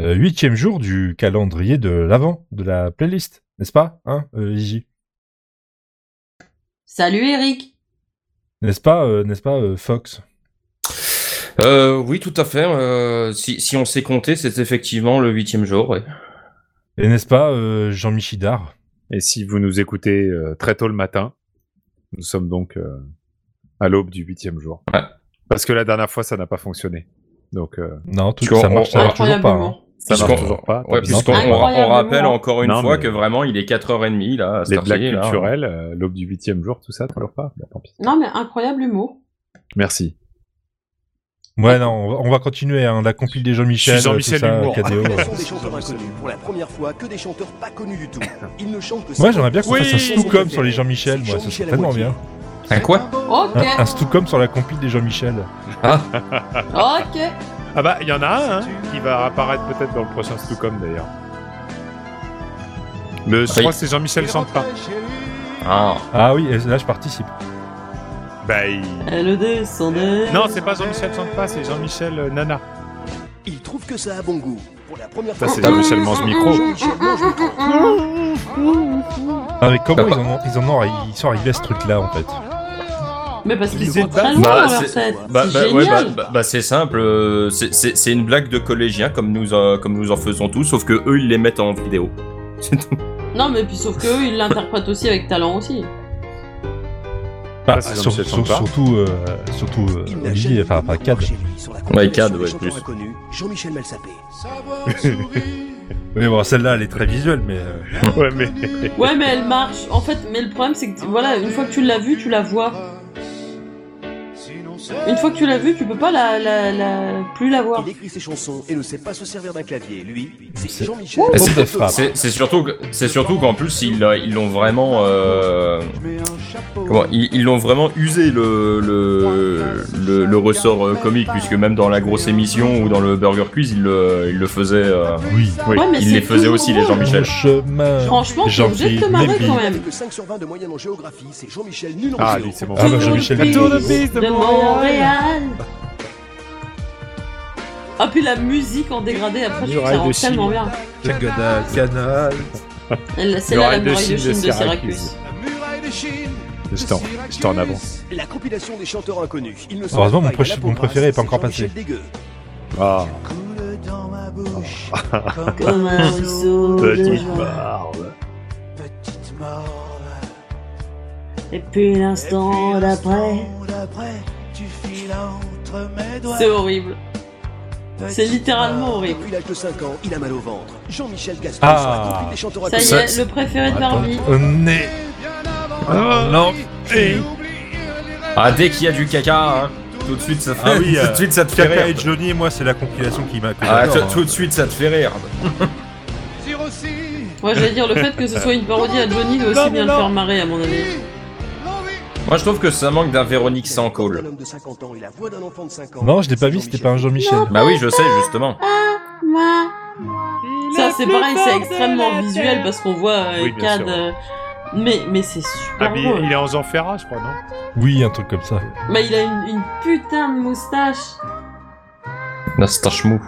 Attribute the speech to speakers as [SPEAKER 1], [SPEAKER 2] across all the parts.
[SPEAKER 1] euh, huitième jour du calendrier de l'avant, de la playlist, n'est-ce pas, hein, euh, Iji
[SPEAKER 2] Salut Eric
[SPEAKER 1] N'est-ce pas, euh, n'est-ce pas, euh, Fox
[SPEAKER 3] Euh, oui, tout à fait. euh, si, si on sait compter, c'est effectivement le huitième jour. ouais.
[SPEAKER 1] Et n'est-ce pas, euh, Jean-Michidard
[SPEAKER 4] Et si vous nous écoutez euh, très tôt le matin, nous sommes donc euh, à l'aube du huitième jour.
[SPEAKER 3] Ouais.
[SPEAKER 4] Parce que la dernière fois, ça n'a pas fonctionné. Donc, euh,
[SPEAKER 1] Non, tout,
[SPEAKER 3] Parce
[SPEAKER 1] ça
[SPEAKER 3] qu'on-
[SPEAKER 1] marche, ça
[SPEAKER 3] on-
[SPEAKER 1] marche toujours pas. hein.
[SPEAKER 2] Incroyablement.
[SPEAKER 4] ça
[SPEAKER 3] Puisqu'on-
[SPEAKER 4] marche toujours pas. tant
[SPEAKER 3] Ouais,
[SPEAKER 4] pis.
[SPEAKER 3] puisqu'on
[SPEAKER 1] Non,
[SPEAKER 3] on- on
[SPEAKER 2] incroyablement.
[SPEAKER 3] rappelle encore une
[SPEAKER 4] Non,
[SPEAKER 3] fois
[SPEAKER 4] mais-
[SPEAKER 3] que vraiment il est 4h30 là. à
[SPEAKER 4] les
[SPEAKER 3] cette
[SPEAKER 4] blagues
[SPEAKER 3] heure-ci, là.
[SPEAKER 4] culturelles, euh, l'aube du huitième jour, tout ça, toujours pas. Bah, tant pis.
[SPEAKER 2] Non mais incroyable humour.
[SPEAKER 4] Merci.
[SPEAKER 1] Ouais, non, on va, on va continuer, hein, la compile des Jean-Michel,
[SPEAKER 4] Je suis Jean-Michel
[SPEAKER 1] tout ça,
[SPEAKER 4] Humour.
[SPEAKER 1] KDO,
[SPEAKER 5] Appellation
[SPEAKER 1] ouais.
[SPEAKER 5] des chanteurs inconnus. Pour la première fois, que des chanteurs pas connus du tout.
[SPEAKER 4] Ah.
[SPEAKER 5] Ils ne chantent que
[SPEAKER 1] Moi, j'aimerais bien qu'on
[SPEAKER 5] Oui.
[SPEAKER 1] fasse un Stoucom sur les Jean-Michel, moi, ça serait tellement bien.
[SPEAKER 3] Un quoi
[SPEAKER 2] Ok,
[SPEAKER 1] Un, un Stoucom sur la compile des Jean-Michel.
[SPEAKER 2] ok.
[SPEAKER 4] Ah bah, il y en a un hein, qui va apparaître peut-être dans le prochain Stucom d'ailleurs. Le, je
[SPEAKER 3] Ah, Oui.
[SPEAKER 4] crois que c'est Jean-Michel Santa.
[SPEAKER 3] Ah.
[SPEAKER 1] Ah oui, et là, je participe.
[SPEAKER 4] Bah, il-
[SPEAKER 2] Elle descendait.
[SPEAKER 4] Non, c'est pas Jean-Michel Santa, c'est Jean-Michel euh, Nana.
[SPEAKER 5] Ils trouvent que ça a bon goût. Pour la première
[SPEAKER 4] Ça,
[SPEAKER 5] fois,
[SPEAKER 4] c'est Jean-Michel mange micro.
[SPEAKER 1] Non, mais comment
[SPEAKER 3] Ah
[SPEAKER 1] ils
[SPEAKER 3] bah.
[SPEAKER 1] en, ont, ils en ont, ils sont arrivés à ce truc-là, en fait
[SPEAKER 2] Mais parce qu'ils
[SPEAKER 4] Ils
[SPEAKER 2] sont
[SPEAKER 4] étaient-
[SPEAKER 2] très loin
[SPEAKER 3] Bah,
[SPEAKER 2] dans leur
[SPEAKER 3] c'est-
[SPEAKER 2] set.
[SPEAKER 3] Bah,
[SPEAKER 2] C'est
[SPEAKER 3] bah, ouais, bah,
[SPEAKER 2] génial.
[SPEAKER 3] bah, bah, c'est simple, euh, c'est- c'est c'est une blague de collégiens comme nous, euh, comme nous en faisons tous, sauf que eux ils les mettent en vidéo.
[SPEAKER 2] Non mais puis sauf que eux, ils l'interprètent aussi avec talent aussi.
[SPEAKER 1] Bah,
[SPEAKER 4] c'est
[SPEAKER 1] sur-
[SPEAKER 4] Jean-Michel
[SPEAKER 1] sur-
[SPEAKER 4] Santa.
[SPEAKER 1] Surtout, euh, surtout euh, Olivier, enfin, pas Cad.
[SPEAKER 3] Ouais, Cad, ouais, plus.
[SPEAKER 5] Inconnu, Jean-Michel Malsapé.
[SPEAKER 1] Oui, bon, celle-là, elle est très visuelle, mais... euh,
[SPEAKER 4] Ouais, mais.
[SPEAKER 2] Ouais mais elle marche. En fait, mais le problème c'est que voilà, une fois que tu l'as vue, tu la vois. Une fois que tu l'as vue, tu peux pas la, la, la- plus la voir.
[SPEAKER 5] Il écrit ses chansons et ne sait pas se servir d'un clavier. Lui,
[SPEAKER 1] C'est-
[SPEAKER 5] c'est Jean-Michel.
[SPEAKER 1] Ouh,
[SPEAKER 5] Malsapé.
[SPEAKER 1] de
[SPEAKER 4] Ah.
[SPEAKER 1] frappe.
[SPEAKER 3] C'est c'est surtout, que- c'est surtout qu'en plus ils euh, ils l'ont vraiment, euh, comment, ils ils l'ont vraiment usé le le, le, le ressort euh, comique puisque même dans la grosse émission ou dans le Burger Quiz ils le ils le faisaient. euh,
[SPEAKER 1] Oui.
[SPEAKER 4] Oui,
[SPEAKER 2] Ouais, mais
[SPEAKER 3] ils
[SPEAKER 2] c'est
[SPEAKER 3] les faisaient
[SPEAKER 2] toujours
[SPEAKER 3] aussi, les
[SPEAKER 2] drôle.
[SPEAKER 3] Jean-Michel.
[SPEAKER 1] Mon chemin.
[SPEAKER 2] Franchement, t'es obligé de te
[SPEAKER 1] Jean-Pierre
[SPEAKER 2] marrer
[SPEAKER 1] Mébille.
[SPEAKER 2] quand même.
[SPEAKER 5] Avec 5 sur 20 de moyenne en géographie, c'est Jean-Michel nul en
[SPEAKER 4] Ah,
[SPEAKER 5] géo.
[SPEAKER 4] lui, c'est bon.
[SPEAKER 1] Ah bah, Jean-Michel
[SPEAKER 2] Tour
[SPEAKER 1] Tour
[SPEAKER 2] de
[SPEAKER 1] de
[SPEAKER 2] piste de Montréal. Ah puis la musique en dégradé après je trouve que ça
[SPEAKER 4] Muraille
[SPEAKER 2] rend tellement
[SPEAKER 4] de Chine.
[SPEAKER 2] bien.
[SPEAKER 1] Diagonale, canal.
[SPEAKER 2] Elle- Celle-là la muraille de Chine de Syracuse.
[SPEAKER 4] Je t'en- je t'en avance.
[SPEAKER 5] La compilation des chanteurs inconnus. Ils ne sont
[SPEAKER 1] Heureusement,
[SPEAKER 5] pas
[SPEAKER 1] mon
[SPEAKER 5] prêts,
[SPEAKER 1] pré-
[SPEAKER 5] la peau
[SPEAKER 1] mon
[SPEAKER 5] grasse,
[SPEAKER 1] préféré est pas
[SPEAKER 5] c'est
[SPEAKER 1] encore
[SPEAKER 5] Jean-Michel Dégueu.
[SPEAKER 4] Ah,
[SPEAKER 5] Coule dans ma
[SPEAKER 2] Ah.
[SPEAKER 5] bouche,
[SPEAKER 1] Ah.
[SPEAKER 2] Comme un ruisseau de
[SPEAKER 4] petite
[SPEAKER 2] joie.
[SPEAKER 4] barbe.
[SPEAKER 5] petite mort.
[SPEAKER 2] Et puis l'instant d'après. C'est horrible. C'est littéralement horrible.
[SPEAKER 5] Depuis l'âge de 5 ans, il a mal au ventre. Jean-Michel Gaspard
[SPEAKER 1] Ah.
[SPEAKER 5] sur la compile des chanteurs
[SPEAKER 2] Ça y est,
[SPEAKER 5] inconnus.
[SPEAKER 2] le préféré de Barbie.
[SPEAKER 1] On est. Non. Et...
[SPEAKER 3] Ah dès qu'il y a du caca, hein, tout de suite ça fait,
[SPEAKER 1] Ah oui,
[SPEAKER 3] tout
[SPEAKER 1] euh,
[SPEAKER 3] de suite ça te fait
[SPEAKER 1] Kaka et
[SPEAKER 3] rire.
[SPEAKER 1] Johnny, moi, c'est la compilation qui m'a. que
[SPEAKER 3] Ah,
[SPEAKER 1] j'adore,
[SPEAKER 3] tout- tout
[SPEAKER 1] hein.
[SPEAKER 3] de suite ça te fait rire.
[SPEAKER 2] Moi je vais dire le fait que ce soit une parodie à Johnny doit aussi bien le faire marrer à mon avis.
[SPEAKER 3] Moi je trouve que ça manque d'un Véronique
[SPEAKER 5] Il a
[SPEAKER 3] sans
[SPEAKER 5] le corps
[SPEAKER 3] call.
[SPEAKER 5] d'un homme de 50 ans et la voix d'un enfant de 5 ans.
[SPEAKER 1] Non, je l'ai pas vu,
[SPEAKER 5] C'est
[SPEAKER 1] c'était pas un Jean-Michel.
[SPEAKER 3] Bah oui je sais justement.
[SPEAKER 2] Ça c'est pareil, c'est extrêmement visuel parce qu'on voit euh,
[SPEAKER 4] Oui, bien
[SPEAKER 2] Cad.
[SPEAKER 4] sûr, ouais.
[SPEAKER 2] euh, Mais, mais c'est super
[SPEAKER 4] Ah, mais
[SPEAKER 2] drôle.
[SPEAKER 4] il est en Jean Ferrat, je crois, non
[SPEAKER 1] Oui, un truc comme ça.
[SPEAKER 2] Mais Bah, il a une, une putain de moustache.
[SPEAKER 3] Nastache mou.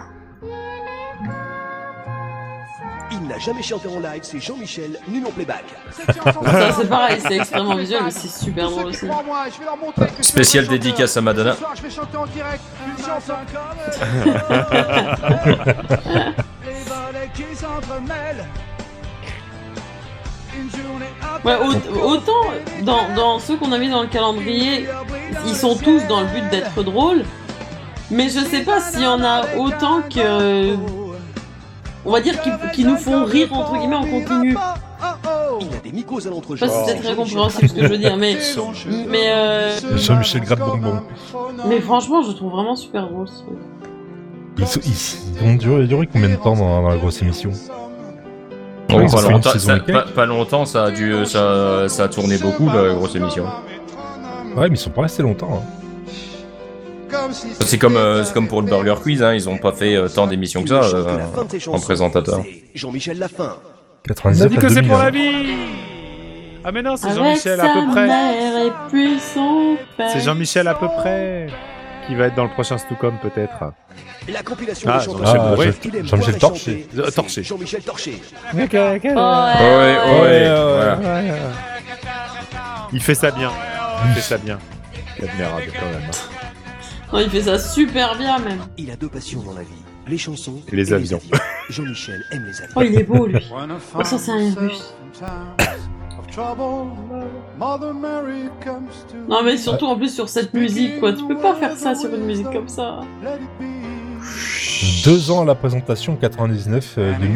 [SPEAKER 5] Il n'a jamais chanté en live, c'est Jean-Michel, nul en playback.
[SPEAKER 2] Ça, c'est pareil, c'est extrêmement visuel, mais c'est super drôle aussi.
[SPEAKER 3] Spéciale dédicace à Madonna.
[SPEAKER 6] Je vais chanter en direct une chanson Les volets qui s'entremêlent. Une journée
[SPEAKER 2] Ouais,
[SPEAKER 6] après
[SPEAKER 2] au- autant dans, dans ceux qu'on a mis dans le calendrier, ils sont tous dans le but d'être drôles. Mais je sais pas s'il y en a autant que. On va dire qui, qui nous font rire entre guillemets en continu.
[SPEAKER 6] Ah, oh.
[SPEAKER 5] Il a des mycoses à l'entrejambe.
[SPEAKER 2] Je sais pas si c'est
[SPEAKER 1] Oh.
[SPEAKER 2] très
[SPEAKER 5] C'est Jean-Michel
[SPEAKER 2] compréhensible ce que je veux dire, mais. Mais, euh,
[SPEAKER 1] Jean-Michel Gratte Bonbon.
[SPEAKER 2] mais franchement, je le trouve vraiment super drôle ce truc.
[SPEAKER 1] Ils, sont, ils, ils ont duré, duré combien de temps dans, dans la grosse émission
[SPEAKER 3] Oh,
[SPEAKER 1] Oui, ça
[SPEAKER 3] pas,
[SPEAKER 1] fait une
[SPEAKER 3] longtemps,
[SPEAKER 1] saison
[SPEAKER 3] ça,
[SPEAKER 1] et quelques.
[SPEAKER 3] pas, pas longtemps, ça a dû, euh, ça, ça a tourné beaucoup la grosse émission.
[SPEAKER 1] Ouais, mais ils sont pas restés longtemps. hein.
[SPEAKER 3] C'est comme, euh, c'est comme pour le Burger Quiz, hein, ils ont pas fait euh, tant d'émissions que ça
[SPEAKER 5] Il ne chante
[SPEAKER 3] euh,
[SPEAKER 5] la fin de ses
[SPEAKER 3] en
[SPEAKER 5] chansons.
[SPEAKER 3] présentateur.
[SPEAKER 5] C'est Jean-Michel Lafin.
[SPEAKER 1] 99 à 2000, hein.
[SPEAKER 4] vie Ah, mais non, c'est
[SPEAKER 2] Avec
[SPEAKER 4] Jean-Michel à
[SPEAKER 2] sa
[SPEAKER 4] peu près.
[SPEAKER 2] mère et puis son père.
[SPEAKER 4] C'est Jean-Michel à peu près. qui va être dans le prochain Stucom peut-être.
[SPEAKER 5] La compilation
[SPEAKER 4] Ah,
[SPEAKER 5] des chanteurs
[SPEAKER 4] Jean-Michel
[SPEAKER 5] célèbres
[SPEAKER 4] Bourré.
[SPEAKER 5] qu'il aime
[SPEAKER 1] Jean-Michel
[SPEAKER 5] boire et
[SPEAKER 1] Torché.
[SPEAKER 5] chanter, c'est
[SPEAKER 4] Torché.
[SPEAKER 5] Jean-Michel Torché.
[SPEAKER 2] Ouais,
[SPEAKER 3] Ouais,
[SPEAKER 2] ouais.
[SPEAKER 3] ouais.
[SPEAKER 1] ouais.
[SPEAKER 3] voilà.
[SPEAKER 4] Il fait ça bien. Il fait ça bien. C'est admirable quand même. hein.
[SPEAKER 2] Non, il fait ça super bien même.
[SPEAKER 5] Il a deux passions dans la vie, les chansons
[SPEAKER 4] Et les avions.
[SPEAKER 5] Jean-Michel aime les avions.
[SPEAKER 2] Oh, il est beau lui.
[SPEAKER 6] Oh,
[SPEAKER 2] ça, c'est un russe. Non mais surtout en plus sur cette musique quoi, tu peux pas faire ça sur une musique comme ça.
[SPEAKER 1] Deux ans à la présentation, 99, euh, 2000 et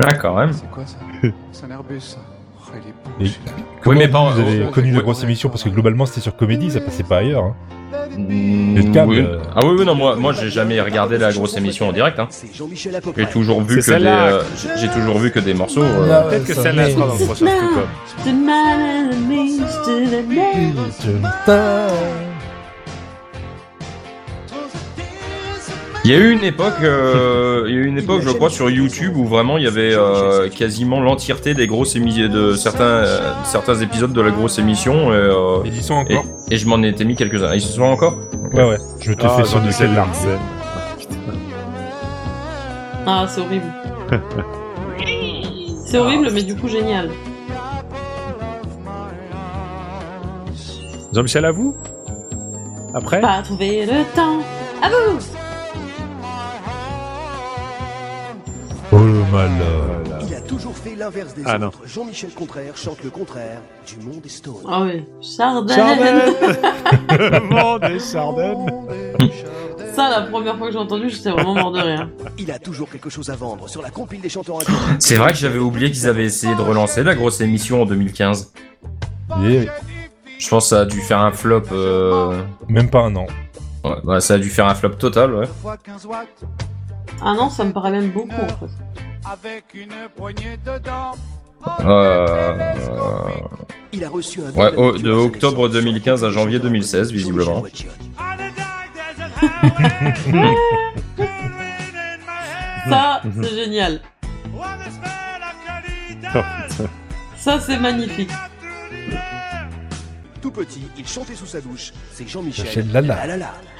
[SPEAKER 1] 2001.
[SPEAKER 3] Ah, quand même.
[SPEAKER 6] C'est quoi ça C'est un Airbus. ça. Oh, il est beau,
[SPEAKER 1] Et-
[SPEAKER 6] celui-là.
[SPEAKER 1] Comment
[SPEAKER 3] mais pas-
[SPEAKER 1] vous avez
[SPEAKER 3] euh,
[SPEAKER 1] connu
[SPEAKER 3] ouais.
[SPEAKER 1] la grosse émission parce que globalement c'était sur Comédie, ça passait pas ailleurs. hein.
[SPEAKER 3] Mm,
[SPEAKER 1] Les câbles,
[SPEAKER 3] oui.
[SPEAKER 1] euh.
[SPEAKER 3] Ah oui, oui, non, moi, moi j'ai jamais regardé la grosse émission en direct. Hein.
[SPEAKER 5] C'est Jean-Michel à peu
[SPEAKER 3] J'ai
[SPEAKER 5] près.
[SPEAKER 3] toujours vu que
[SPEAKER 4] C'est
[SPEAKER 3] des,
[SPEAKER 4] celle-là.
[SPEAKER 3] euh, j'ai- j'ai toujours vu que des morceaux. euh,
[SPEAKER 1] Là,
[SPEAKER 4] Peut-être que
[SPEAKER 1] ça
[SPEAKER 4] celle-là
[SPEAKER 1] met-
[SPEAKER 4] sera dans le prochain
[SPEAKER 2] C'est
[SPEAKER 4] Stucom.
[SPEAKER 2] The man and the means to the man.
[SPEAKER 3] Il y a eu une époque, euh, il y a eu une époque, je crois, sur YouTube où vraiment il y avait euh, quasiment l'entièreté des grosses émissions, de certains, euh, certains épisodes de la grosse émission. Et, euh,
[SPEAKER 1] Ils y sont
[SPEAKER 3] et, et je m'en étais mis quelques-uns. Ils se sont encore
[SPEAKER 1] Ouais, ouais. Je te
[SPEAKER 4] Ah,
[SPEAKER 1] fais sur du
[SPEAKER 4] Jean-Michel
[SPEAKER 1] celle-là.
[SPEAKER 4] Larsen.
[SPEAKER 2] Ah, c'est horrible. C'est horrible, mais du coup génial.
[SPEAKER 4] Jean-Michel à vous Après
[SPEAKER 2] Pas trouver le temps. À vous
[SPEAKER 1] Oh le malheur.
[SPEAKER 4] Voilà.
[SPEAKER 5] Il a toujours fait l'inverse des
[SPEAKER 4] Ah,
[SPEAKER 5] autres. Jean-Michel Contraire chante le contraire du monde est stone.
[SPEAKER 2] Ah oui, Chardin.
[SPEAKER 4] Monde et Chardon.
[SPEAKER 2] Ça, la première fois que j'ai entendu, j'étais vraiment mort de rire.
[SPEAKER 5] Il a toujours quelque chose à vendre sur la compile des chanteurs inconnus.
[SPEAKER 3] C'est vrai que j'avais oublié qu'ils avaient essayé de relancer la grosse émission en 2015.
[SPEAKER 1] Et
[SPEAKER 3] Je pense que ça a dû faire un flop. euh,
[SPEAKER 1] même pas un an.
[SPEAKER 3] ouais, bah, ça a dû faire un flop total, ouais.
[SPEAKER 6] Deux fois 15 watts,
[SPEAKER 2] Ah non, ça me paraît même beaucoup en fait.
[SPEAKER 6] avec une poignée dedans.
[SPEAKER 4] Ah.
[SPEAKER 3] Euh,
[SPEAKER 5] Il a reçu un
[SPEAKER 3] Ouais,
[SPEAKER 5] don
[SPEAKER 3] au-
[SPEAKER 5] d'amitié
[SPEAKER 3] de
[SPEAKER 5] à sa
[SPEAKER 3] octobre
[SPEAKER 5] naissance.
[SPEAKER 3] 2015 à janvier 2016,
[SPEAKER 5] Jean-Michel
[SPEAKER 3] visiblement.
[SPEAKER 5] Boitiotte.
[SPEAKER 2] Ça, c'est génial.
[SPEAKER 4] Oh,
[SPEAKER 2] Ça, c'est magnifique.
[SPEAKER 5] Tout petit, il chantait sous sa douche. C'est Jean-Michel.
[SPEAKER 1] Jean-Michel Lala.
[SPEAKER 5] Ah là là.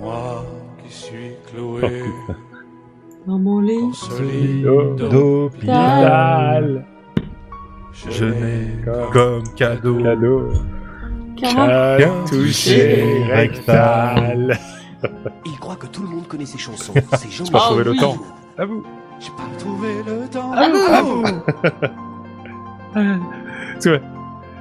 [SPEAKER 6] Moi qui suis cloué
[SPEAKER 3] Oh,
[SPEAKER 2] Dans mon lit.
[SPEAKER 6] dans ce lit d'eau,
[SPEAKER 1] D'hôpital.
[SPEAKER 4] Dal,
[SPEAKER 1] Je
[SPEAKER 6] je
[SPEAKER 1] n'ai
[SPEAKER 6] n'ai
[SPEAKER 1] comme cadeau
[SPEAKER 4] cadeau,
[SPEAKER 2] Comment
[SPEAKER 4] bien
[SPEAKER 1] touché
[SPEAKER 4] touché, rectal.
[SPEAKER 5] Il croit que tout le monde connaît ses chansons. C'est
[SPEAKER 2] pas
[SPEAKER 5] Jean-Michel.
[SPEAKER 2] trouvé le temps.
[SPEAKER 4] À vous.
[SPEAKER 6] J'ai pas trouvé le temps.
[SPEAKER 2] Ah,
[SPEAKER 6] Oh,
[SPEAKER 4] Tu vois,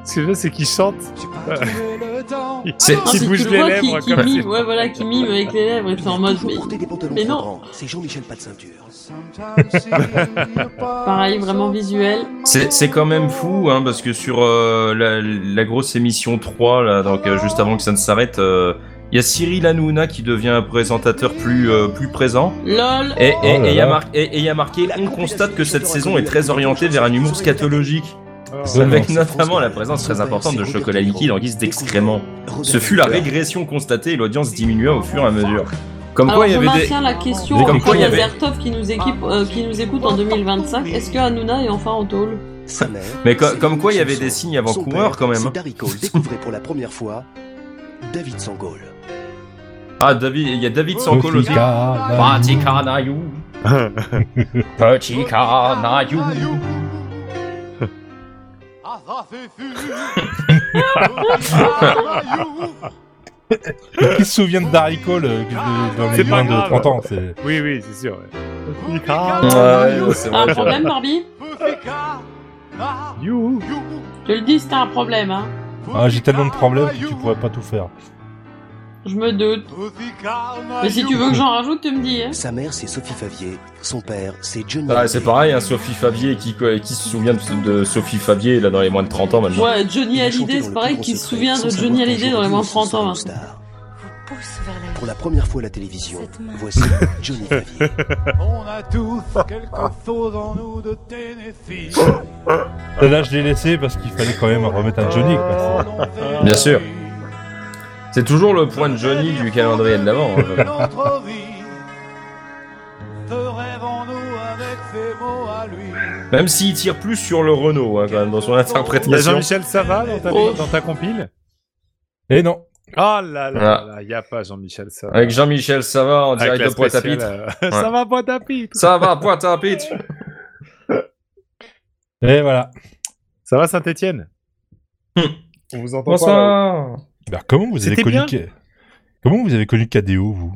[SPEAKER 4] ce que je veux, c'est qu'il chante.
[SPEAKER 6] J'ai pas trouvé le temps. Oh,
[SPEAKER 4] C'est
[SPEAKER 2] Non,
[SPEAKER 4] qui
[SPEAKER 2] puis
[SPEAKER 4] bouge
[SPEAKER 2] tu
[SPEAKER 4] les
[SPEAKER 2] vois
[SPEAKER 4] lèvres
[SPEAKER 2] qui, qui
[SPEAKER 4] comme ça.
[SPEAKER 2] mime, ouais, voilà, qui mime avec les lèvres et
[SPEAKER 5] Il
[SPEAKER 2] c'est
[SPEAKER 5] a
[SPEAKER 2] en mode.
[SPEAKER 5] toujours
[SPEAKER 2] mais-
[SPEAKER 5] porté des pantalons
[SPEAKER 2] mais
[SPEAKER 5] trop
[SPEAKER 2] non.
[SPEAKER 5] grands. C'est Jean-Michel pas de ceinture.
[SPEAKER 6] Pareil,
[SPEAKER 2] vraiment visuel.
[SPEAKER 3] C'est c'est quand même fou, hein, parce que sur euh, la, la grosse émission 3, là, donc euh, juste avant que ça ne s'arrête, euh, il y a Cyril Hanouna qui devient un présentateur plus, euh, plus présent.
[SPEAKER 2] LOL
[SPEAKER 3] Et et-
[SPEAKER 1] Oh là
[SPEAKER 3] et il y, a
[SPEAKER 1] là.
[SPEAKER 3] mar- et- et il y a marqué
[SPEAKER 5] La
[SPEAKER 3] on
[SPEAKER 5] compilation
[SPEAKER 3] constate que
[SPEAKER 5] des
[SPEAKER 3] cette
[SPEAKER 5] chanteurs
[SPEAKER 3] saison est
[SPEAKER 5] inconnus
[SPEAKER 3] très
[SPEAKER 5] avec
[SPEAKER 3] orientée
[SPEAKER 5] des
[SPEAKER 3] vers un
[SPEAKER 5] chansons
[SPEAKER 3] humour scatologique, avec
[SPEAKER 4] Oh.
[SPEAKER 1] c'est
[SPEAKER 3] notamment
[SPEAKER 5] France
[SPEAKER 3] la
[SPEAKER 5] Gall.
[SPEAKER 3] présence très
[SPEAKER 5] Son père,
[SPEAKER 3] importante
[SPEAKER 5] c'est
[SPEAKER 3] de
[SPEAKER 5] Robert
[SPEAKER 3] chocolat
[SPEAKER 5] Niro.
[SPEAKER 3] liquide en guise d'excréments.
[SPEAKER 5] Robert
[SPEAKER 3] Ce fut la
[SPEAKER 5] Niro.
[SPEAKER 3] régression constatée et l'audience diminua au fur et à mesure. Comme
[SPEAKER 2] Alors
[SPEAKER 3] quoi il y
[SPEAKER 2] je
[SPEAKER 3] avait des.
[SPEAKER 2] maintiens la question
[SPEAKER 3] Comme
[SPEAKER 2] à
[SPEAKER 3] quoi, il y avait-
[SPEAKER 2] Azertov qui nous, équipe, euh, qui nous écoute en 2025. Est-ce que Hanouna est enfin en tôle
[SPEAKER 5] Sa mère,
[SPEAKER 3] Mais co-
[SPEAKER 5] c'est
[SPEAKER 3] comme quoi il y avait
[SPEAKER 5] Chanson.
[SPEAKER 3] des signes
[SPEAKER 5] Son
[SPEAKER 3] avant-coureurs
[SPEAKER 5] père,
[SPEAKER 3] quand même. hein.
[SPEAKER 5] C'est Darry Cole découvrait pour la première fois David Sangol.
[SPEAKER 3] Ah, David, il y a David
[SPEAKER 1] Oh,
[SPEAKER 3] Sankol aussi.
[SPEAKER 1] Tropicana.
[SPEAKER 3] Petit canaillou. Petit canaillou.
[SPEAKER 6] Ah, ça, c'est sûr.
[SPEAKER 1] Qui se souvient de Darry Cole euh, de- dans les
[SPEAKER 4] hein. Ah, C'est
[SPEAKER 1] moins
[SPEAKER 4] pas
[SPEAKER 1] de
[SPEAKER 4] grave.
[SPEAKER 1] 30 ans c'est-
[SPEAKER 4] Oui, oui, c'est sûr. ouais.
[SPEAKER 3] Ouais,
[SPEAKER 4] Ah,
[SPEAKER 2] T'as
[SPEAKER 3] c'est vrai.
[SPEAKER 2] un problème, Barbie
[SPEAKER 4] You.
[SPEAKER 2] Je le dis, c'est un problème. Hein.
[SPEAKER 1] Ah, J'ai tellement de problèmes que tu pourrais pas tout faire.
[SPEAKER 2] Je me doute. Mais si tu veux que j'en rajoute, tu me dis. Hein.
[SPEAKER 5] Sa mère, c'est Sophie Favier. Son père, c'est Johnny.
[SPEAKER 3] Ah, c'est pareil, hein, Sophie Favier, qui, qui se souvient de, de Sophie Favier là dans les moins de 30 ans maintenant
[SPEAKER 2] Ouais, Johnny
[SPEAKER 5] Il a chanté
[SPEAKER 2] Hallyday,
[SPEAKER 5] dans
[SPEAKER 2] c'est
[SPEAKER 5] le
[SPEAKER 2] pareil
[SPEAKER 5] plus
[SPEAKER 2] qu'il
[SPEAKER 5] grand
[SPEAKER 2] se
[SPEAKER 5] secret,
[SPEAKER 2] souvient
[SPEAKER 5] sans
[SPEAKER 2] de
[SPEAKER 5] savoir
[SPEAKER 2] Johnny
[SPEAKER 5] qu'un
[SPEAKER 2] Hallyday
[SPEAKER 5] jour,
[SPEAKER 2] dans les moins
[SPEAKER 5] il
[SPEAKER 2] de 30 ans. hein.
[SPEAKER 5] sera une star.
[SPEAKER 7] tous vers la
[SPEAKER 5] Pour la première fois à la télévision,
[SPEAKER 7] Cette main.
[SPEAKER 5] voici Johnny Clavier.
[SPEAKER 6] On a tous quelque chose en nous de Tennessee.
[SPEAKER 1] Celle-là, je l'ai laissé parce qu'il fallait quand même remettre un Johnny. quoi.
[SPEAKER 3] Bien sûr. C'est toujours le point de Johnny du calendrier de l'avant. hein.
[SPEAKER 6] Notre vie. Rêvons-nous avec ces mots à lui.
[SPEAKER 3] Même s'il tire plus sur le Renault, hein, quand même, dans son
[SPEAKER 4] Il y a
[SPEAKER 3] interprétation.
[SPEAKER 4] Bah, Jean-Michel Sava dans ta,
[SPEAKER 2] Oh.
[SPEAKER 4] dans ta compile
[SPEAKER 1] Et Eh non.
[SPEAKER 4] Ah là là,
[SPEAKER 3] Ah.
[SPEAKER 4] là, il n'y a pas Jean-Michel Sava.
[SPEAKER 3] Avec Jean-Michel Savard en
[SPEAKER 4] Avec
[SPEAKER 3] direct
[SPEAKER 4] la
[SPEAKER 3] de Pointe-à-Pitre.
[SPEAKER 4] spéciale, euh, Ça va, Pointe-à-Pitre
[SPEAKER 3] Ça va, Pointe-à-Pitre
[SPEAKER 1] Et Eh, voilà.
[SPEAKER 4] Ça va, Saint-Etienne On vous entend pas là-haut.
[SPEAKER 3] Bonsoir
[SPEAKER 1] Ben, comment vous avez
[SPEAKER 4] C'était
[SPEAKER 1] connu
[SPEAKER 4] bien.
[SPEAKER 1] K- Comment vous avez connu KDO, vous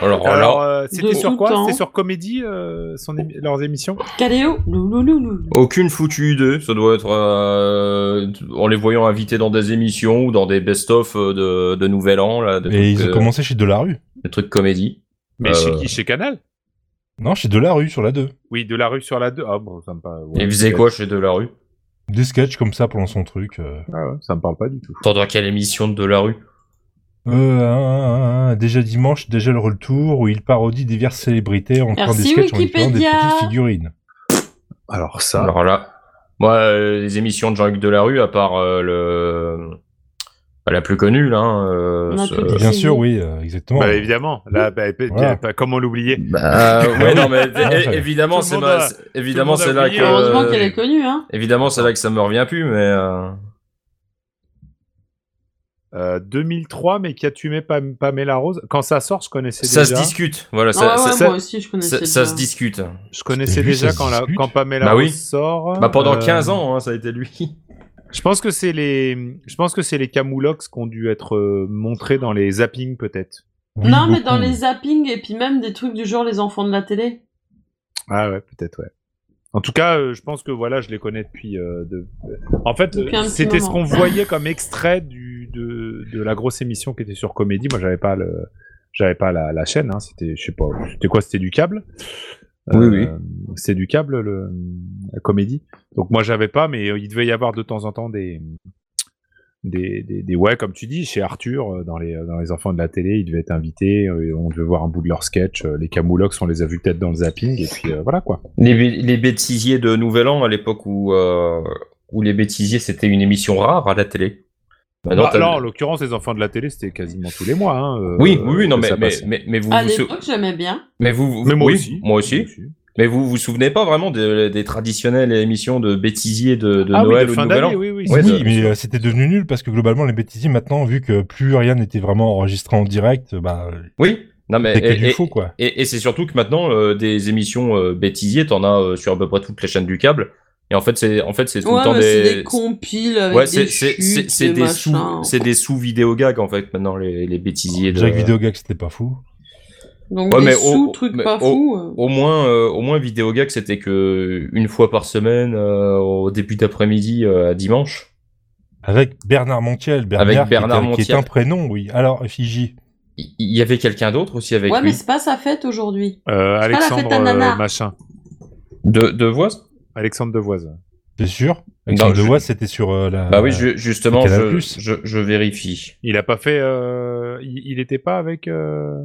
[SPEAKER 3] Alors
[SPEAKER 4] Alors,
[SPEAKER 3] là,
[SPEAKER 4] euh,
[SPEAKER 2] De
[SPEAKER 4] c'était sur
[SPEAKER 2] tout
[SPEAKER 4] quoi
[SPEAKER 2] temps.
[SPEAKER 4] C'était sur Comédie, euh, son émi- leurs émissions
[SPEAKER 2] Caléo Loulouloulou.
[SPEAKER 3] aucune foutue idée. Ça doit être euh, en les voyant invités dans des émissions ou dans des best-of euh, de, de Nouvel An, là, des,
[SPEAKER 1] Et
[SPEAKER 3] trucs,
[SPEAKER 1] ils ont
[SPEAKER 3] euh,
[SPEAKER 1] commencé chez Delarue.
[SPEAKER 3] des trucs comédie.
[SPEAKER 4] Mais
[SPEAKER 3] Euh,
[SPEAKER 4] chez qui Chez Canal
[SPEAKER 1] Non, chez Delarue, sur la 2.
[SPEAKER 4] Oui, de la rue sur la 2. Ah bon, ça me parle.
[SPEAKER 3] Et ils faisaient quoi chez Delarue
[SPEAKER 1] Des sketchs comme ça pendant son truc. euh.
[SPEAKER 4] Ah ouais, ça me parle pas du tout.
[SPEAKER 3] Attends, dans quelle émission de Delarue
[SPEAKER 1] Euh, un, un, un, déjà dimanche, déjà le retour, où il parodie diverses célébrités en faisant des
[SPEAKER 2] Merci,
[SPEAKER 1] sketchs en y faisant des
[SPEAKER 2] Wikipédia.
[SPEAKER 1] petites figurines.
[SPEAKER 4] Alors ça.
[SPEAKER 3] Alors là, moi, euh, les émissions de Jean-Luc Delarue, à part euh, le... bah, la plus connue, là... hein, euh,
[SPEAKER 2] La
[SPEAKER 3] ce-
[SPEAKER 2] plus connue.
[SPEAKER 1] Bien sûr, oui, euh, exactement.
[SPEAKER 4] Bah, évidemment. Là, bah, bah,
[SPEAKER 1] Voilà.
[SPEAKER 4] bah, comment l'oublier Ah,
[SPEAKER 3] Bah, ouais, non, mais é-
[SPEAKER 1] ouais.
[SPEAKER 3] évidemment,
[SPEAKER 4] Tout le
[SPEAKER 3] c'est
[SPEAKER 4] monde
[SPEAKER 3] ma-
[SPEAKER 4] a-
[SPEAKER 3] c'est- évidemment,
[SPEAKER 4] tout le
[SPEAKER 3] c'est
[SPEAKER 4] monde a
[SPEAKER 3] là que.
[SPEAKER 4] oublié.
[SPEAKER 2] Heureusement qu'elle est connue, hein.
[SPEAKER 3] Évidemment, c'est là que ça me revient plus, mais. euh,
[SPEAKER 4] Euh, 2003, mais qui a tué Pam- Pamela Rose. Quand ça sort, je connaissais
[SPEAKER 3] Ça se
[SPEAKER 4] déjà.
[SPEAKER 3] discute. Voilà,
[SPEAKER 2] Ah ouais,
[SPEAKER 3] ça, ça-
[SPEAKER 2] ouais,
[SPEAKER 4] ça-
[SPEAKER 2] moi aussi, je
[SPEAKER 3] ça-
[SPEAKER 2] connaissais.
[SPEAKER 3] ça se
[SPEAKER 2] déjà.
[SPEAKER 3] discute.
[SPEAKER 4] Je connaissais
[SPEAKER 1] Lui, ça
[SPEAKER 4] déjà
[SPEAKER 1] se
[SPEAKER 4] quand, la-
[SPEAKER 1] discute.
[SPEAKER 4] quand Pamela
[SPEAKER 3] Bah
[SPEAKER 4] Rose
[SPEAKER 3] oui.
[SPEAKER 4] sort.
[SPEAKER 3] Bah, pendant
[SPEAKER 4] Euh,
[SPEAKER 3] 15 ans, hein, ça a été lui.
[SPEAKER 4] Je pense que c'est les, je pense que c'est les Camoulox qui ont dû être euh, montrés dans les zappings peut-être.
[SPEAKER 1] Oui,
[SPEAKER 2] non, mais dans
[SPEAKER 1] beaucoup.
[SPEAKER 2] les zappings et puis même des trucs du genre les enfants de la télé.
[SPEAKER 4] Ah ouais, peut-être ouais. En tout cas, euh, je pense que voilà, je les connais depuis. euh, de... En fait,
[SPEAKER 2] Depuis un
[SPEAKER 4] euh,
[SPEAKER 2] petit
[SPEAKER 4] c'était ce
[SPEAKER 2] moment.
[SPEAKER 4] qu'on voyait comme extrait du, de, de la grosse émission qui était sur Comédie. Moi, j'avais pas le, j'avais pas la, la chaîne. Hein. C'était, je sais pas, c'était quoi C'était du câble.
[SPEAKER 3] Oui, oui.
[SPEAKER 4] C'était du câble le, la Comédie. Donc moi, j'avais pas, mais euh, il devait y avoir de temps en temps des. Des, des, des- ouais comme tu dis chez Arthur euh, dans les euh, dans les enfants de la télé ils devaient être invités euh, et on devait voir un bout de leur sketch euh, les Camoulox on les a vus peut-être dans le zapping et puis euh, voilà quoi
[SPEAKER 3] Les, bé- les bêtisiers de Nouvel An, à l'époque où, euh, où les bêtisiers, c'était une émission rare à la télé. Maintenant,
[SPEAKER 4] Bah,
[SPEAKER 3] t'as-
[SPEAKER 4] alors, en l'occurrence, les enfants de la télé, c'était quasiment tous les mois. hein, euh,
[SPEAKER 3] oui, oui, oui, non,
[SPEAKER 4] que
[SPEAKER 3] mais,
[SPEAKER 4] ça
[SPEAKER 3] mais,
[SPEAKER 4] passe.
[SPEAKER 3] mais, mais vous
[SPEAKER 2] à
[SPEAKER 3] vous sou-
[SPEAKER 2] l'époque, j'aimais bien.
[SPEAKER 3] mais vous, vous-
[SPEAKER 4] Mais moi
[SPEAKER 3] oui,
[SPEAKER 4] aussi.
[SPEAKER 3] moi aussi. Mais vous vous souvenez pas vraiment de- des traditionnelles émissions de bêtisiers de, de
[SPEAKER 4] ah oui,
[SPEAKER 3] Noël
[SPEAKER 4] de
[SPEAKER 3] ou de
[SPEAKER 4] fin
[SPEAKER 3] Nouvel An
[SPEAKER 4] d'année, oui, oui.
[SPEAKER 3] Ouais,
[SPEAKER 4] c'est
[SPEAKER 1] oui,
[SPEAKER 4] ça.
[SPEAKER 1] mais euh, c'était devenu nul parce que globalement, les bêtisiers, maintenant, vu que plus rien n'était vraiment enregistré en direct, euh, bah,
[SPEAKER 3] Oui, non mais
[SPEAKER 1] c'était que
[SPEAKER 3] et-
[SPEAKER 1] du
[SPEAKER 3] et-
[SPEAKER 1] faux, quoi.
[SPEAKER 3] Et, et c'est surtout que maintenant, euh, des émissions euh, bêtisiers, t'en as euh, sur à peu près toutes les chaînes du câble. Et en fait, c'est en fait, c'est tout le
[SPEAKER 2] Ouais,
[SPEAKER 3] temps
[SPEAKER 2] mais c'est des
[SPEAKER 3] des.
[SPEAKER 2] compiles avec
[SPEAKER 3] ouais,
[SPEAKER 2] des
[SPEAKER 3] c'est c'est- c'est-
[SPEAKER 2] chutes,
[SPEAKER 3] c'est
[SPEAKER 2] des,
[SPEAKER 3] des sous,
[SPEAKER 2] machins.
[SPEAKER 3] c'est des sous vidéogags en fait maintenant les, les bêtisiers. De...
[SPEAKER 1] Jacques Videogag, c'était pas fou.
[SPEAKER 2] Donc
[SPEAKER 3] Ouais,
[SPEAKER 2] des
[SPEAKER 3] mais au-
[SPEAKER 2] sous,
[SPEAKER 3] au-
[SPEAKER 2] trucs
[SPEAKER 3] mais oh.
[SPEAKER 2] pas
[SPEAKER 3] au-
[SPEAKER 2] fous. euh.
[SPEAKER 3] Au moins, euh, au moins vidéogag, c'était que une fois par semaine, euh, au début d'après-midi, euh, à dimanche.
[SPEAKER 1] Avec Bernard Montiel. Bernard,
[SPEAKER 3] Avec
[SPEAKER 1] qui est un-
[SPEAKER 3] Bernard
[SPEAKER 1] qui, est,
[SPEAKER 3] Montiel.
[SPEAKER 1] un prénom, oui. Alors, Fiji.
[SPEAKER 3] Il il y avait quelqu'un d'autre aussi avec
[SPEAKER 2] Ouais, mais
[SPEAKER 3] lui.
[SPEAKER 2] c'est pas sa fête aujourd'hui.
[SPEAKER 4] Euh,
[SPEAKER 2] Ah, la fête
[SPEAKER 4] Alexandre
[SPEAKER 2] à Nana.
[SPEAKER 4] euh, machin.
[SPEAKER 3] De, de voix
[SPEAKER 4] Alexandre Devoise.
[SPEAKER 1] C'est sûr
[SPEAKER 3] Non,
[SPEAKER 1] Alexandre
[SPEAKER 3] je-
[SPEAKER 1] Devoise, c'était sur euh, la...
[SPEAKER 3] Bah oui, ju- justement,
[SPEAKER 1] Canal+.
[SPEAKER 3] je, je, je vérifie.
[SPEAKER 4] Il a pas fait. euh, Il il était pas avec. euh,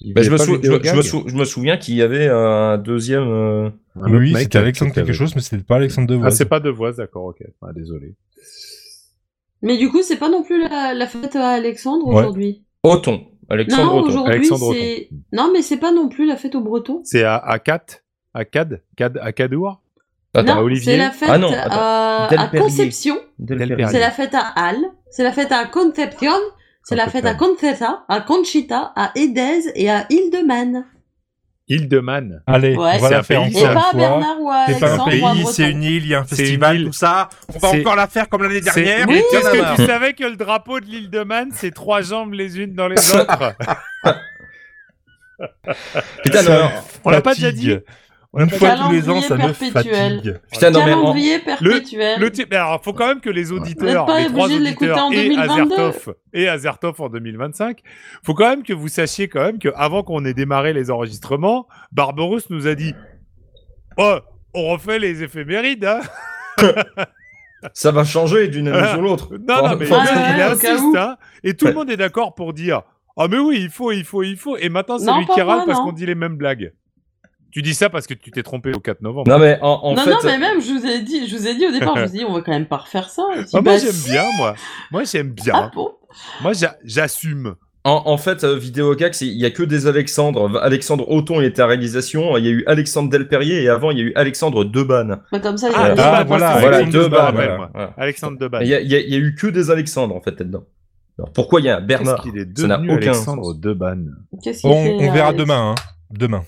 [SPEAKER 4] il
[SPEAKER 3] Bah, je,
[SPEAKER 4] faisait
[SPEAKER 3] me
[SPEAKER 4] pas
[SPEAKER 3] sou- je, me- je
[SPEAKER 4] Vidéogag
[SPEAKER 3] me sou- je me souviens qu'il y avait un deuxième. euh,
[SPEAKER 4] Un autre
[SPEAKER 1] Ah, Oui,
[SPEAKER 4] mec
[SPEAKER 1] c'était
[SPEAKER 4] qui
[SPEAKER 1] Alexandre
[SPEAKER 4] était
[SPEAKER 1] quelque
[SPEAKER 4] avec-
[SPEAKER 1] chose, mais c'était pas Alexandre
[SPEAKER 4] Ah,
[SPEAKER 1] Devoise.
[SPEAKER 4] c'est pas Devoise, d'accord, ok. Ah, désolé.
[SPEAKER 2] Mais du coup, c'est pas non plus la, la fête à Alexandre
[SPEAKER 1] Ouais.
[SPEAKER 2] aujourd'hui.
[SPEAKER 3] Auton. Alexandre
[SPEAKER 2] Non,
[SPEAKER 3] Auton.
[SPEAKER 2] aujourd'hui,
[SPEAKER 4] Alexandre
[SPEAKER 2] c'est. Non, mais c'est pas non plus la fête aux Bretons.
[SPEAKER 4] C'est à Akat Acad Cad Acadour
[SPEAKER 3] Attends,
[SPEAKER 2] non,
[SPEAKER 4] Olivier
[SPEAKER 2] c'est la fête euh,
[SPEAKER 3] Ah non, attends.
[SPEAKER 2] à, à
[SPEAKER 3] Delperrier.
[SPEAKER 2] Conception. C'est la fête à Halle, c'est la fête à Concepción, c'est la fête à Conceta, à Conchita, à Edez et à Île-de-Man.
[SPEAKER 4] Hildeman.
[SPEAKER 1] Allez,
[SPEAKER 2] Ouais,
[SPEAKER 1] on va
[SPEAKER 4] c'est
[SPEAKER 1] la
[SPEAKER 4] un
[SPEAKER 1] faire
[SPEAKER 4] pays,
[SPEAKER 2] Et
[SPEAKER 4] Encore
[SPEAKER 1] encore
[SPEAKER 4] une
[SPEAKER 2] pas à
[SPEAKER 1] une fois.
[SPEAKER 2] Bernard ou à
[SPEAKER 1] C'est pas
[SPEAKER 2] Alexandre
[SPEAKER 1] un
[SPEAKER 2] ou à
[SPEAKER 1] pays,
[SPEAKER 2] Breton.
[SPEAKER 1] c'est une île, il y a un
[SPEAKER 4] C'est une
[SPEAKER 1] festival,
[SPEAKER 4] île.
[SPEAKER 1] tout ça. On va
[SPEAKER 4] C'est-
[SPEAKER 1] encore la faire comme l'année
[SPEAKER 4] C'est-
[SPEAKER 1] dernière.
[SPEAKER 4] Mais
[SPEAKER 1] et tiens,
[SPEAKER 4] est-ce
[SPEAKER 1] la
[SPEAKER 4] que
[SPEAKER 1] barre.
[SPEAKER 4] tu savais que le drapeau de l'île de Man, c'est trois jambes les unes dans les autres
[SPEAKER 3] Putain, non,
[SPEAKER 1] Ça
[SPEAKER 3] mais-
[SPEAKER 4] On l'a pas
[SPEAKER 1] fatigue.
[SPEAKER 4] déjà dit
[SPEAKER 1] Une fois tous les ans,
[SPEAKER 2] Calendrier
[SPEAKER 1] ça me
[SPEAKER 2] perpétuel.
[SPEAKER 1] fatigue.
[SPEAKER 3] putain, non, mais en-
[SPEAKER 2] Calendrier perpétuel.
[SPEAKER 4] Le type, mais alors, faut quand même que les auditeurs,
[SPEAKER 2] Vous n'êtes pas
[SPEAKER 4] les trois
[SPEAKER 2] obligé de l'écouter
[SPEAKER 4] auditeurs
[SPEAKER 2] en
[SPEAKER 4] et
[SPEAKER 2] 2022.
[SPEAKER 4] Azertov, et Azertov en 2025, faut quand même que vous sachiez quand même que avant qu'on ait démarré les enregistrements, Barbarous nous a dit, oh, on refait les éphémérides, hein.
[SPEAKER 3] ça va changer d'une année
[SPEAKER 4] Ah.
[SPEAKER 3] sur l'autre.
[SPEAKER 4] Non, non, mais
[SPEAKER 2] Ah, ouais,
[SPEAKER 4] il
[SPEAKER 2] au cas où.
[SPEAKER 4] insiste, hein, et tout le
[SPEAKER 3] Ouais.
[SPEAKER 4] monde est d'accord pour dire Ah, mais oui, il faut, il faut, il faut. Et maintenant, c'est
[SPEAKER 2] Non,
[SPEAKER 4] lui
[SPEAKER 2] pas
[SPEAKER 4] qui
[SPEAKER 2] moi,
[SPEAKER 4] râle parce
[SPEAKER 2] non.
[SPEAKER 4] qu'on dit les mêmes blagues. Tu dis ça parce que tu t'es trompé au 4 novembre.
[SPEAKER 3] Non, mais en, en
[SPEAKER 2] non,
[SPEAKER 3] fait.
[SPEAKER 2] non, mais même, je vous ai dit, je vous ai dit au départ, je vous ai dit, on va quand même pas refaire ça. Et puis,
[SPEAKER 4] Ah,
[SPEAKER 2] bah,
[SPEAKER 4] moi, j'aime
[SPEAKER 2] si.
[SPEAKER 4] bien, moi. Moi, j'aime bien.
[SPEAKER 2] Ah bon
[SPEAKER 4] Moi, j'a- j'assume.
[SPEAKER 3] En, en fait, euh, Vidéogag, c'est- il y a que des Alexandres. V- Alexandre Auton était à réalisation. Il y a eu Alexandre Delperrier et avant, il y a eu Alexandre Debanne.
[SPEAKER 2] Bah, Comme ça, il y
[SPEAKER 4] Ah,
[SPEAKER 2] a
[SPEAKER 4] de
[SPEAKER 2] bien-
[SPEAKER 1] Ah,
[SPEAKER 4] base,
[SPEAKER 1] voilà,
[SPEAKER 4] c'est
[SPEAKER 1] voilà,
[SPEAKER 4] Alexandre
[SPEAKER 1] de
[SPEAKER 4] Debanne,
[SPEAKER 1] base,
[SPEAKER 4] ouais,
[SPEAKER 3] voilà.
[SPEAKER 4] moi.
[SPEAKER 3] Voilà.
[SPEAKER 4] Alexandre
[SPEAKER 3] Et
[SPEAKER 4] Debanne.
[SPEAKER 3] Il y, a- il y a- il y a eu que des Alexandres, en fait, là-dedans. Alors, pourquoi il y a un
[SPEAKER 4] Qu'est-ce
[SPEAKER 3] Bernard
[SPEAKER 4] qu'il est
[SPEAKER 3] Ça n'a
[SPEAKER 4] devenu
[SPEAKER 3] aucun
[SPEAKER 4] Alexandre
[SPEAKER 3] sens.
[SPEAKER 4] Debanne
[SPEAKER 2] Qu'est-ce qu'il
[SPEAKER 1] On,
[SPEAKER 2] fait,
[SPEAKER 1] on
[SPEAKER 2] là,
[SPEAKER 1] verra
[SPEAKER 2] Alex
[SPEAKER 1] demain, hein. Demain.